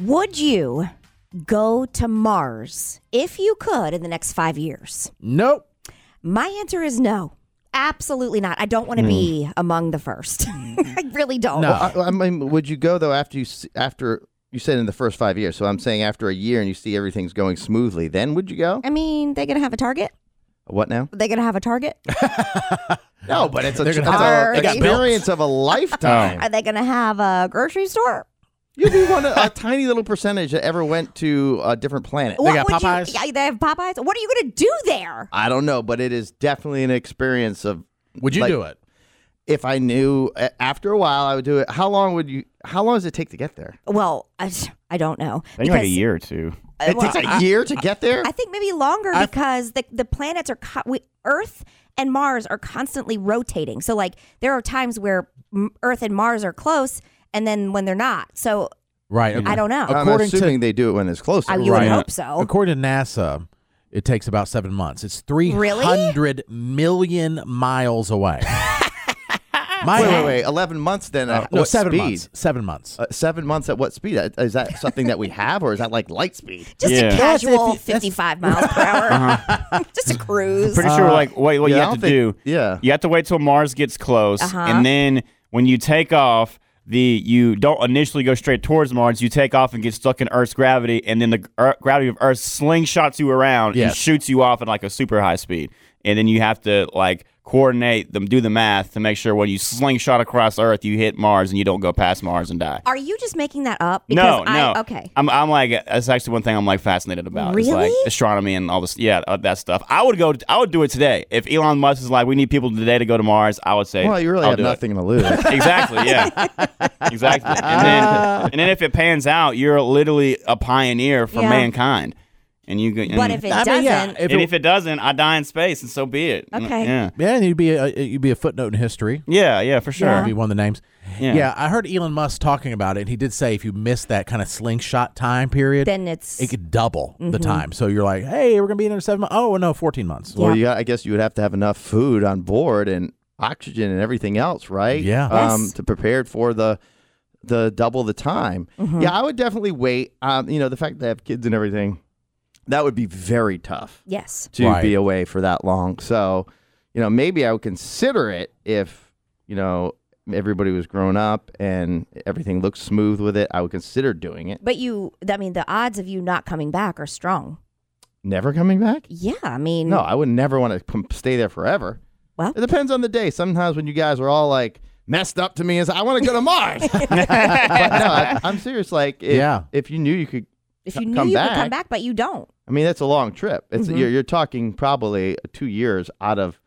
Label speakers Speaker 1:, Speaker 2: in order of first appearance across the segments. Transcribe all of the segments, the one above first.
Speaker 1: Would you go to Mars if you could in the next five years?
Speaker 2: Nope.
Speaker 1: My answer is no. Absolutely not. I don't want to be among the first. I really don't.
Speaker 2: Hmm. No.
Speaker 1: I,
Speaker 2: Uh,
Speaker 3: I, I mean, would you go though after you s- after you said in the first five years? So I'm saying after a year and you see everything's going smoothly, then would you go?
Speaker 1: mean, they gonna have a target?
Speaker 3: What now?
Speaker 1: They gonna have a target?
Speaker 3: No, but it's a,
Speaker 2: They're gonna
Speaker 3: it's
Speaker 1: have to-
Speaker 3: a
Speaker 1: They got
Speaker 3: experience of a lifetime.
Speaker 1: Are they gonna have a grocery store?
Speaker 3: You'd be one of a tiny little percentage that ever went to a different planet.
Speaker 1: What
Speaker 2: got
Speaker 1: would you-
Speaker 2: Popeyes?
Speaker 1: yeah, they have Popeyes. What are you gonna do there?
Speaker 3: I don't know, but it is definitely an experience of.
Speaker 2: Would you
Speaker 3: Like-
Speaker 2: do it?
Speaker 3: If I knew a- after a while, I would do it. How long would you? How long does it take to get there?
Speaker 1: Well, I, I don't know.
Speaker 4: I think like a
Speaker 1: Because-
Speaker 4: year or two.
Speaker 1: uh,
Speaker 3: It
Speaker 1: well,
Speaker 3: takes a year to get there.
Speaker 1: I think maybe longer because the the planets are co- we, Earth and Mars are constantly rotating. So like there are times where m- Earth and Mars are close, and then when they're not. So
Speaker 2: Right.
Speaker 1: I don't know.
Speaker 3: I'm
Speaker 2: according to-
Speaker 3: assuming they do it when it's closer.
Speaker 1: I, you would
Speaker 2: Right.
Speaker 1: hope so.
Speaker 2: According to NASA, it takes about seven months. It's three hundred million miles away. My,
Speaker 3: Wait, wait, wait. Eleven months then. at
Speaker 2: No,
Speaker 3: what
Speaker 2: Uh, seven
Speaker 3: speed?
Speaker 2: months. Seven months.
Speaker 3: Uh, seven months at what speed? Uh, Is that something that we have, or is that like light speed?
Speaker 1: Just
Speaker 4: Yeah.
Speaker 1: a
Speaker 2: That's if
Speaker 1: casual
Speaker 2: you- that's-
Speaker 1: 55 miles per hour. Just a cruise.
Speaker 4: Pretty sure, like, wait, what
Speaker 3: Uh, yeah,
Speaker 4: you
Speaker 3: I
Speaker 4: have to
Speaker 3: don't think-
Speaker 4: do?
Speaker 3: yeah.
Speaker 4: you have to wait till Mars gets close,
Speaker 1: Uh-huh.
Speaker 4: and then when you take off, the you don't initially go straight towards Mars. You take off and get stuck in Earth's gravity, and then the Ear- gravity of Earth slingshots you around
Speaker 2: Yes.
Speaker 4: and shoots you off at like a super high speed, and then you have to like coordinate them, do the math to make sure when you slingshot across Earth, you hit Mars and you don't go past Mars and die.
Speaker 1: Are you just making that up?
Speaker 4: No,
Speaker 1: I,
Speaker 4: no.
Speaker 1: Okay.
Speaker 4: I'm, I'm like that's actually one thing I'm like fascinated about. It's like
Speaker 1: Really?
Speaker 4: astronomy and all this. Yeah, uh, that stuff. I would go. I would do it today. If Elon Musk is like, we need people today to go to Mars. I would say,
Speaker 3: Well, you really
Speaker 4: I'll
Speaker 3: have
Speaker 4: do it.
Speaker 3: nothing to lose.
Speaker 4: Exactly. Yeah. exactly. And then, and then if it pans out, you're literally a pioneer for
Speaker 1: Yeah.
Speaker 4: mankind. And you. go- And,
Speaker 1: But if it
Speaker 2: I
Speaker 1: doesn't,
Speaker 2: mean, yeah,
Speaker 4: and if it doesn't, I die in space, and so be it.
Speaker 1: Okay.
Speaker 4: Yeah.
Speaker 2: Yeah, and you'd be a, you'd be a footnote in history.
Speaker 4: Yeah. Yeah. For sure.
Speaker 2: That'd be one of the names.
Speaker 4: Yeah.
Speaker 2: I heard Elon Musk talking about it. And he did say if you miss that kind of slingshot time period,
Speaker 1: then it's.
Speaker 2: it could double
Speaker 1: Mm-hmm.
Speaker 2: the time. So you're like, hey, we're gonna be in there in seven. Months. Oh no, fourteen months.
Speaker 3: well, you got, I guess you would have to have enough food on board and oxygen and everything else, right?
Speaker 2: Yeah.
Speaker 3: Um,
Speaker 1: Yes.
Speaker 3: To prepare for the the double the time.
Speaker 4: Mm-hmm.
Speaker 3: Yeah, I would definitely wait. Um, you know, the fact that I have kids and everything, that would be very tough.
Speaker 1: yes.
Speaker 3: to
Speaker 2: Right.
Speaker 3: be away for that long. So, you know, maybe I would consider it if, you know, everybody was grown up and everything looked smooth with it. I would consider doing it.
Speaker 1: But you, I mean, the odds of you not coming back are strong.
Speaker 3: Never coming back?
Speaker 1: Yeah. I mean,
Speaker 3: No, I would never want to come stay there forever.
Speaker 1: Well-
Speaker 3: it depends on the day. Sometimes when you guys are all like messed up to me, is I want to go to Mars. but no, I, I'm serious. Like, if,
Speaker 2: Yeah.
Speaker 3: if you knew you could,
Speaker 1: if you
Speaker 3: c-
Speaker 1: knew
Speaker 3: come
Speaker 1: you
Speaker 3: back,
Speaker 1: could come back, but you don't.
Speaker 3: I mean, that's a long trip. It's
Speaker 1: Mm-hmm.
Speaker 3: you're, you're talking probably two years out of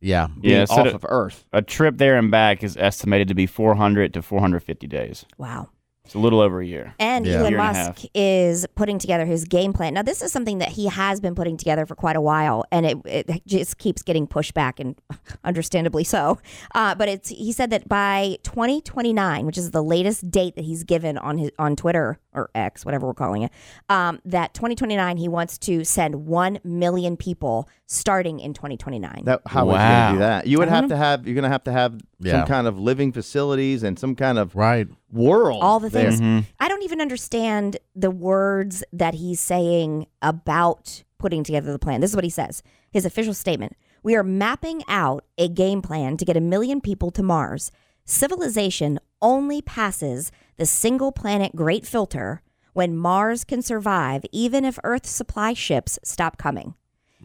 Speaker 2: Yeah.
Speaker 3: being
Speaker 4: Yeah, so
Speaker 3: off
Speaker 4: the-
Speaker 3: of Earth.
Speaker 4: A trip there and back is estimated to be 400 to 450 days.
Speaker 1: Wow.
Speaker 4: It's a little over a year.
Speaker 1: And
Speaker 2: Yeah.
Speaker 1: Elon
Speaker 4: Year and a
Speaker 1: Musk is putting together his game plan. Now, this is something that he has been putting together for quite a while, and it, it just keeps getting pushed back, and understandably so. Uh, but it's he said that by 2029, which is the latest date that he's given on his on Twitter or X, whatever we're calling it, um, that 2029 he wants to send one million people starting in 2029.
Speaker 3: That, how would you gonna do
Speaker 4: Wow.
Speaker 3: that? You would have to have you're gonna have to have
Speaker 2: Yeah.
Speaker 3: some kind of living facilities and some kind of
Speaker 2: Right.
Speaker 3: world.
Speaker 1: all the
Speaker 3: there.
Speaker 4: Mm-hmm.
Speaker 1: things. I don't even understand the words that he's saying about putting together the plan. This is what he says his official statement We are mapping out a game plan to get a million people to Mars. Civilization only passes the single planet great filter when Mars can survive, even if Earth's supply ships stop coming.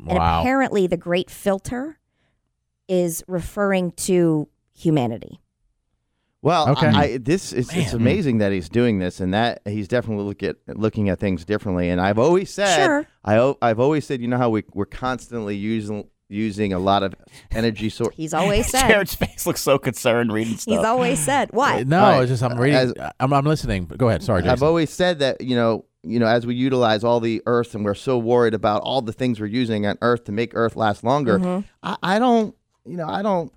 Speaker 1: And
Speaker 2: Wow.
Speaker 1: apparently, the great filter is referring to humanity.
Speaker 3: Well,
Speaker 2: Okay.
Speaker 3: I, I, this is it's
Speaker 2: Man.
Speaker 3: amazing that he's doing this and that he's definitely look at, looking at things differently. And I've always said,
Speaker 1: Sure.
Speaker 3: I al- I've always said, you know how we we're constantly using using a lot of energy source.
Speaker 1: He's always said.
Speaker 4: Jared's face looks so concerned reading stuff.
Speaker 1: He's always said, "What?
Speaker 2: No,
Speaker 3: Right.
Speaker 2: it's just I'm reading.
Speaker 3: As-
Speaker 2: I'm, I'm listening. Go ahead. Sorry,
Speaker 3: I've
Speaker 2: Jason.
Speaker 3: always said that you know you know as we utilize all the Earth and we're so worried about all the things we're using on Earth to make Earth last longer.
Speaker 1: Mm-hmm.
Speaker 3: I, I don't you know I don't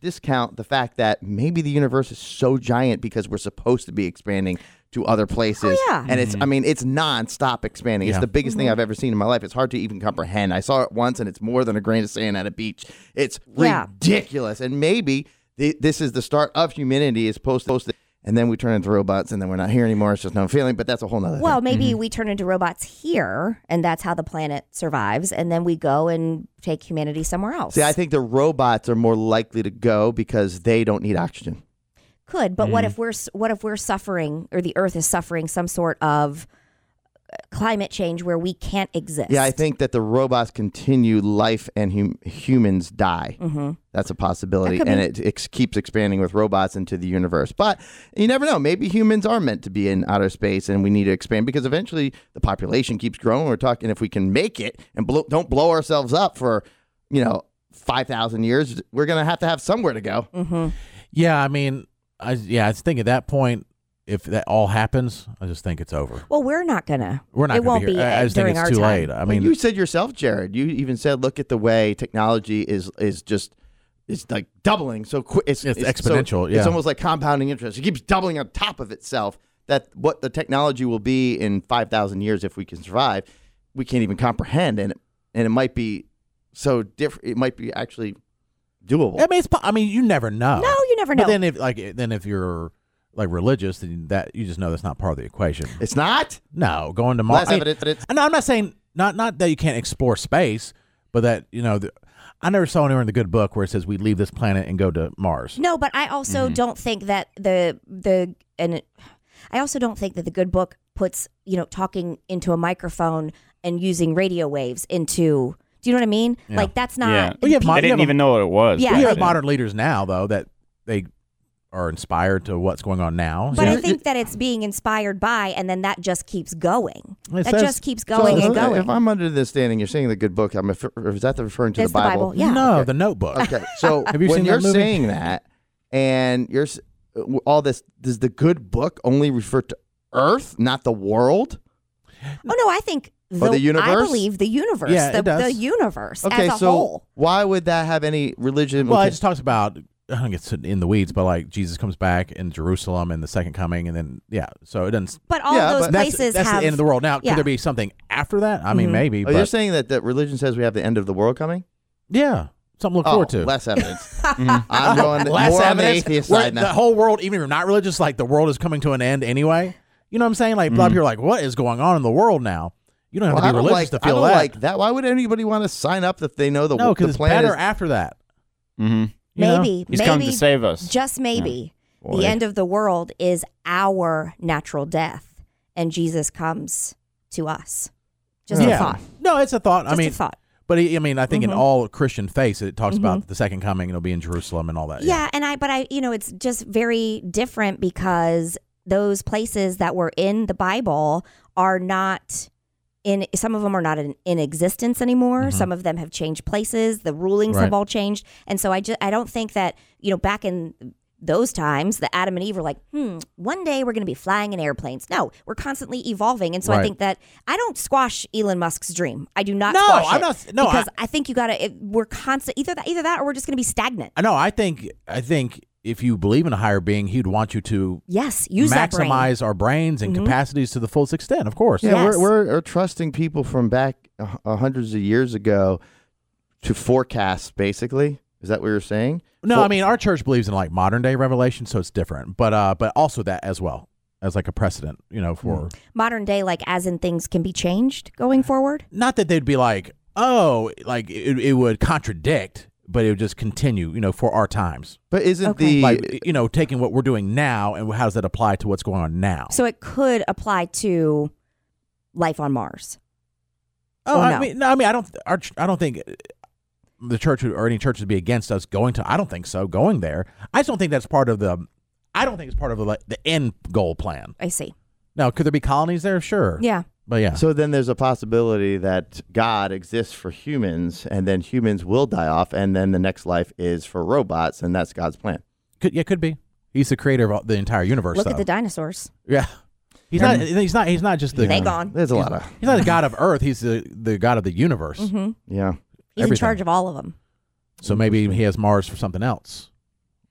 Speaker 3: discount the fact that maybe the universe is so giant because we're supposed to be expanding to other places.
Speaker 1: Oh, yeah. Mm-hmm.
Speaker 3: And it's I mean it's non-stop expanding. It's
Speaker 2: Mm-hmm. Yeah.
Speaker 3: the biggest thing I've ever seen in my life. It's hard to even comprehend. I saw it once and it's more than a grain of sand at a beach. It's
Speaker 1: Yeah.
Speaker 3: ridiculous. And maybe th- this is the start of humanity is supposed to and then we turn into robots, and then we're not here anymore. It's just no feeling, but that's a whole nother
Speaker 1: Well,
Speaker 3: thing.
Speaker 1: maybe
Speaker 2: mm-hmm.
Speaker 1: we turn into robots here, and that's how the planet survives, and then we go and take humanity somewhere else.
Speaker 3: See, I think the robots are more likely to go because they don't need oxygen.
Speaker 1: could, but
Speaker 2: Mm-hmm.
Speaker 1: what if we're s- what if we're suffering, or the Earth is suffering some sort of uh, climate change where we can't exist?
Speaker 3: Yeah, I think that the robots continue life and hum- humans die. Mm-hmm. That's a possibility,
Speaker 1: That could
Speaker 3: and
Speaker 1: be.
Speaker 3: it, it keeps expanding with robots into the universe. But you never know. Maybe humans are meant to be in outer space, and we need to expand because eventually the population keeps growing. We're talking if we can make it and blow, don't blow ourselves up for, you know. 5,000 years, we're going to have to have somewhere to go.
Speaker 1: Mm-hmm.
Speaker 2: Yeah, I mean, I yeah, I think at that point, if that all happens, I just think it's over.
Speaker 1: Well, we're not gonna.
Speaker 2: We're not.
Speaker 1: It
Speaker 2: gonna
Speaker 1: won't
Speaker 2: be.
Speaker 1: be
Speaker 2: here. I, I
Speaker 1: uh,
Speaker 2: just think
Speaker 1: during
Speaker 2: it's
Speaker 1: our
Speaker 2: too
Speaker 1: time.
Speaker 2: late. I
Speaker 3: I
Speaker 2: mean,
Speaker 3: you said yourself, Jared. You even said, "Look at the way technology is is just it's like doubling so quick. It's,
Speaker 2: It's
Speaker 3: so-
Speaker 2: exponential, yeah.
Speaker 3: It's almost like compounding interest. It keeps doubling on top of itself. That what the technology will be in five thousand years, if we can survive, we can't even comprehend, and and it might be so different. It might be actually doable.
Speaker 2: I mean, it's. po- I mean, you never know.
Speaker 1: No, you never
Speaker 2: But
Speaker 1: know.
Speaker 2: then if like then if you're like religious, then that you just know that's not part of the equation.
Speaker 3: It's not
Speaker 2: No, going to Mars.
Speaker 3: less
Speaker 2: I mean,
Speaker 3: evidence that it's.
Speaker 2: No, I'm not saying not not that you can't explore space, but that you know, the, I never saw anywhere in the good book where it says we leave this planet and go to Mars.
Speaker 1: No, but I also don't think that the the and it, I also don't think that the good book puts you know talking into a microphone and using radio waves into. Do you know what I mean? Like that's not.
Speaker 4: Yeah.
Speaker 2: Well, you have mo-
Speaker 4: They
Speaker 2: you
Speaker 4: didn't
Speaker 2: have a-
Speaker 4: even know what it was.
Speaker 1: Yeah,
Speaker 2: We
Speaker 1: like-
Speaker 2: have modern leaders now though that they are inspired to what's going on now.
Speaker 1: But
Speaker 2: Yeah.
Speaker 1: I think that it's being inspired by, and then that just keeps going.
Speaker 2: It
Speaker 1: that
Speaker 2: says-
Speaker 1: just keeps going
Speaker 3: So,
Speaker 1: and going.
Speaker 3: If I'm under the standing, you're saying the good book. I'm. refer- Is that the referring to
Speaker 1: That's
Speaker 3: the Bible?
Speaker 1: Yeah.
Speaker 2: no, the Notebook.
Speaker 3: Okay, so
Speaker 2: Have you
Speaker 3: when
Speaker 2: seen that
Speaker 3: you're
Speaker 2: movie?
Speaker 3: saying that, and you're s- all this, does the good book only refer to Earth, not the world?
Speaker 1: Oh no, I think the,
Speaker 3: the universe?
Speaker 1: I believe the universe.
Speaker 2: Yeah, it
Speaker 1: the,
Speaker 2: does.
Speaker 1: the universe
Speaker 3: Okay,
Speaker 1: as a
Speaker 3: so
Speaker 1: whole.
Speaker 3: why would that have any religion?
Speaker 2: Well,
Speaker 3: okay.
Speaker 2: it just talks about I don't get in the weeds, but like Jesus comes back in Jerusalem and the second coming, and then yeah, so it doesn't.
Speaker 1: But all
Speaker 3: Yeah,
Speaker 1: those
Speaker 3: but-
Speaker 2: That's,
Speaker 1: places
Speaker 2: that's
Speaker 1: have
Speaker 2: the end of the world. Now,
Speaker 1: yeah.
Speaker 2: could there be something after that? I mean, maybe.
Speaker 3: oh,
Speaker 2: but
Speaker 3: you're saying that, that religion says we have the end of the world coming?
Speaker 2: yeah, something to look forward
Speaker 3: oh,
Speaker 2: to.
Speaker 3: less evidence. I'm going
Speaker 2: Last
Speaker 3: more on the
Speaker 2: evidence,
Speaker 3: atheist
Speaker 2: where
Speaker 3: side
Speaker 2: The
Speaker 3: now.
Speaker 2: whole world, even if you're not religious, like the world is coming to an end anyway. You know what I'm saying? Like, a lot of people are like, what is going on in the world now? You don't have
Speaker 3: Mm-hmm. Well,
Speaker 2: to
Speaker 3: I
Speaker 2: be
Speaker 3: don't
Speaker 2: religious
Speaker 3: like,
Speaker 2: to
Speaker 3: I
Speaker 2: feel
Speaker 3: don't
Speaker 2: that.
Speaker 3: like that. Why would anybody want to sign up if they know the,
Speaker 2: no,
Speaker 3: the
Speaker 2: because it's
Speaker 3: plan
Speaker 2: better
Speaker 3: is
Speaker 2: after that.
Speaker 4: Mm-hmm.
Speaker 2: you know?
Speaker 1: maybe
Speaker 4: He's
Speaker 1: maybe
Speaker 4: come to save us.
Speaker 1: just maybe
Speaker 4: Boy.
Speaker 2: Hmm.
Speaker 1: the end of the world is our natural death, and Jesus comes to us. Just a
Speaker 2: Yeah.
Speaker 1: thought.
Speaker 2: No, it's a thought.
Speaker 1: Just
Speaker 2: I mean,
Speaker 1: a thought. Mm-hmm.
Speaker 2: but I I mean, I think in all Christian faith, it talks about the second coming and it'll be in Jerusalem and all that.
Speaker 1: Yeah, and I but I you know it's just very different because those places that were in the Bible are not in some of them are not in, in existence anymore. Some of them have changed places, the rulings
Speaker 2: Mm-hmm. Right.
Speaker 1: have all changed. And so I just I don't think that, you know, back in those times, the Adam and Eve were like, hmm, one day we're going to be flying in airplanes. No, we're constantly evolving. And so I
Speaker 2: Right.
Speaker 1: think that I don't squash Elon Musk's dream. I do not
Speaker 2: No,
Speaker 1: squash
Speaker 2: I'm
Speaker 1: it
Speaker 2: not- no, I-
Speaker 1: because I, think you got to, we're constant, either that, either that or we're just going to be stagnant.
Speaker 2: I know. I think. I think if you believe in a higher being, he'd want you to
Speaker 1: Yes, use that brain. Mm-hmm.
Speaker 2: maximize our brains and capacities to the fullest extent. Of course.
Speaker 3: Yeah,
Speaker 1: Yes.
Speaker 3: we're, we're, we're trusting people from back uh, uh, hundreds of years ago to forecast, basically. Is that what you're saying?
Speaker 2: No,
Speaker 3: For-
Speaker 2: I mean our church believes in like modern day revelation, so it's different. But uh, but also that as well as like a precedent, you know, for
Speaker 1: Mm. Modern day, like as in things can be changed going forward.
Speaker 2: not that they'd be like, oh, like it, it would contradict, but it would just continue, you know, for our times.
Speaker 3: But isn't
Speaker 1: Okay.
Speaker 3: the
Speaker 2: Like you know, taking what we're doing now and how does that apply to what's going on now?
Speaker 1: So it could apply to life on Mars.
Speaker 2: oh,
Speaker 1: or
Speaker 2: I
Speaker 1: no?
Speaker 2: mean, no, I mean, I don't, our, ch- I don't think uh, the church would- or any church would be against us going to. I don't think so. Going there, I just don't think that's part of the. I don't think it's part of the, like, the end goal plan.
Speaker 1: I see.
Speaker 2: Now, could there be colonies there? Sure.
Speaker 1: Yeah.
Speaker 2: But yeah.
Speaker 3: so then there's a possibility that God exists for humans, and then humans will die off, and then the next life is for robots, and that's God's plan.
Speaker 2: Could yeah, could be. He's the creator of all, the entire universe.
Speaker 1: Look
Speaker 2: though.
Speaker 1: at the dinosaurs.
Speaker 2: yeah. He's not. He's not. He's not just the.
Speaker 1: They gone.
Speaker 3: There's a lot of
Speaker 2: He's not the god of Earth. He's the, the god of the universe.
Speaker 1: Mm-hmm.
Speaker 3: yeah.
Speaker 1: He's in
Speaker 2: Everything.
Speaker 1: charge of all of them.
Speaker 2: So maybe he has Mars for something else,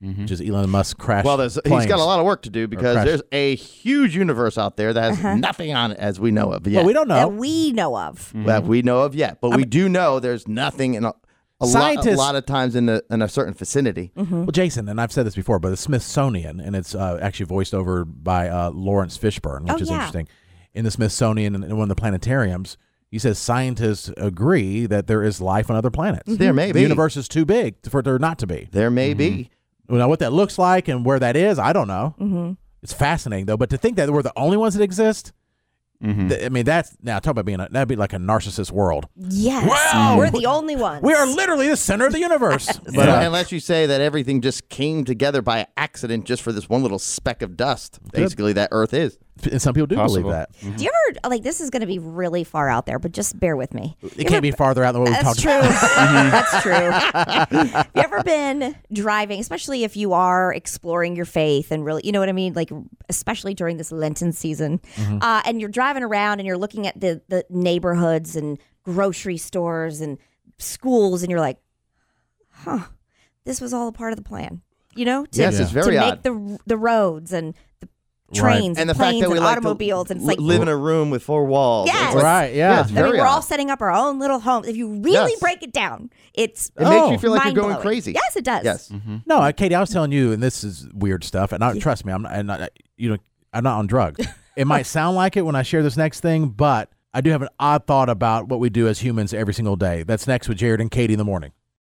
Speaker 2: which is Elon Musk crash.
Speaker 3: Mm-hmm. Well, there's, he's got a lot of work to do because
Speaker 2: crash.
Speaker 3: there's a huge universe out there that
Speaker 1: Uh-huh.
Speaker 3: has nothing on it as we know of yet.
Speaker 2: Well, we don't know.
Speaker 1: That we know of.
Speaker 3: that we know of yet, but we do know there's nothing in. a- a, lot, a
Speaker 2: Scientists-
Speaker 3: lot of times in a, in a certain vicinity.
Speaker 1: Mm-hmm.
Speaker 2: Well, Jason, and I've said this before, but the Smithsonian, and it's uh, actually voiced over by uh, Lawrence Fishburne, which
Speaker 1: Oh,
Speaker 2: is
Speaker 1: yeah.
Speaker 2: interesting. In the Smithsonian and in one of the planetariums, he says scientists agree that there is life on other planets.
Speaker 1: Mm-hmm.
Speaker 3: There may
Speaker 2: The
Speaker 3: be.
Speaker 2: universe is too big for there not to be.
Speaker 3: There may be.
Speaker 1: Mm-hmm.
Speaker 2: Now, what that looks like and where that is, I don't know. It's fascinating though, but to think that we're the only ones that exist.
Speaker 3: Mm-hmm.
Speaker 2: th- I mean, that's now talk about being a, that'd be like a narcissist world.
Speaker 1: Yes.
Speaker 2: Wow.
Speaker 1: We're the only ones.
Speaker 2: We are literally the center of the universe.
Speaker 3: But uh,
Speaker 2: Yeah.
Speaker 3: unless you say that everything just came together by accident just for this one little speck of dust, basically, that Earth is.
Speaker 2: and some people do
Speaker 4: Possible.
Speaker 2: believe that.
Speaker 1: Do you ever like this is going to be really far out there, but just bear with me.
Speaker 2: It can't be farther out than what we
Speaker 1: That's
Speaker 2: talked
Speaker 1: true.
Speaker 2: about.
Speaker 1: That's true.
Speaker 3: Mm-hmm.
Speaker 1: Have you ever been driving, especially if you are exploring your faith and really, you know what I mean? Like, especially during this Lenten season,
Speaker 2: Mm-hmm.
Speaker 1: uh, and you're driving around and you're looking at the, the neighborhoods and grocery stores and schools, and you're like, huh, this was all a part of the plan, you know? To,
Speaker 3: Yes, it's very
Speaker 1: to
Speaker 3: odd.
Speaker 1: make the, the roads and the
Speaker 2: Right.
Speaker 1: trains and,
Speaker 3: and the
Speaker 1: planes
Speaker 3: fact that we
Speaker 1: and
Speaker 3: like
Speaker 1: automobiles.
Speaker 3: to
Speaker 1: and it's like,
Speaker 3: li- live in a room with four walls.
Speaker 1: Yes.
Speaker 3: It's like-
Speaker 2: Right, yeah.
Speaker 3: it's
Speaker 1: I mean,
Speaker 3: very
Speaker 1: we're all
Speaker 3: odd.
Speaker 1: setting up our own little homes. If you really
Speaker 3: Yes.
Speaker 1: break it down, it's Oh.
Speaker 3: It makes you feel like you're going
Speaker 1: mind-blowing.
Speaker 3: crazy.
Speaker 1: Yes, it does.
Speaker 3: Yes.
Speaker 2: No, uh, Katie, I was telling you, and this is weird stuff. And I, trust me, I'm not, I'm not, you know, I'm not on drugs. it might sound like it when I share this next thing, but I do have an odd thought about what we do as humans every single day. That's next with Jared and Katie in the morning.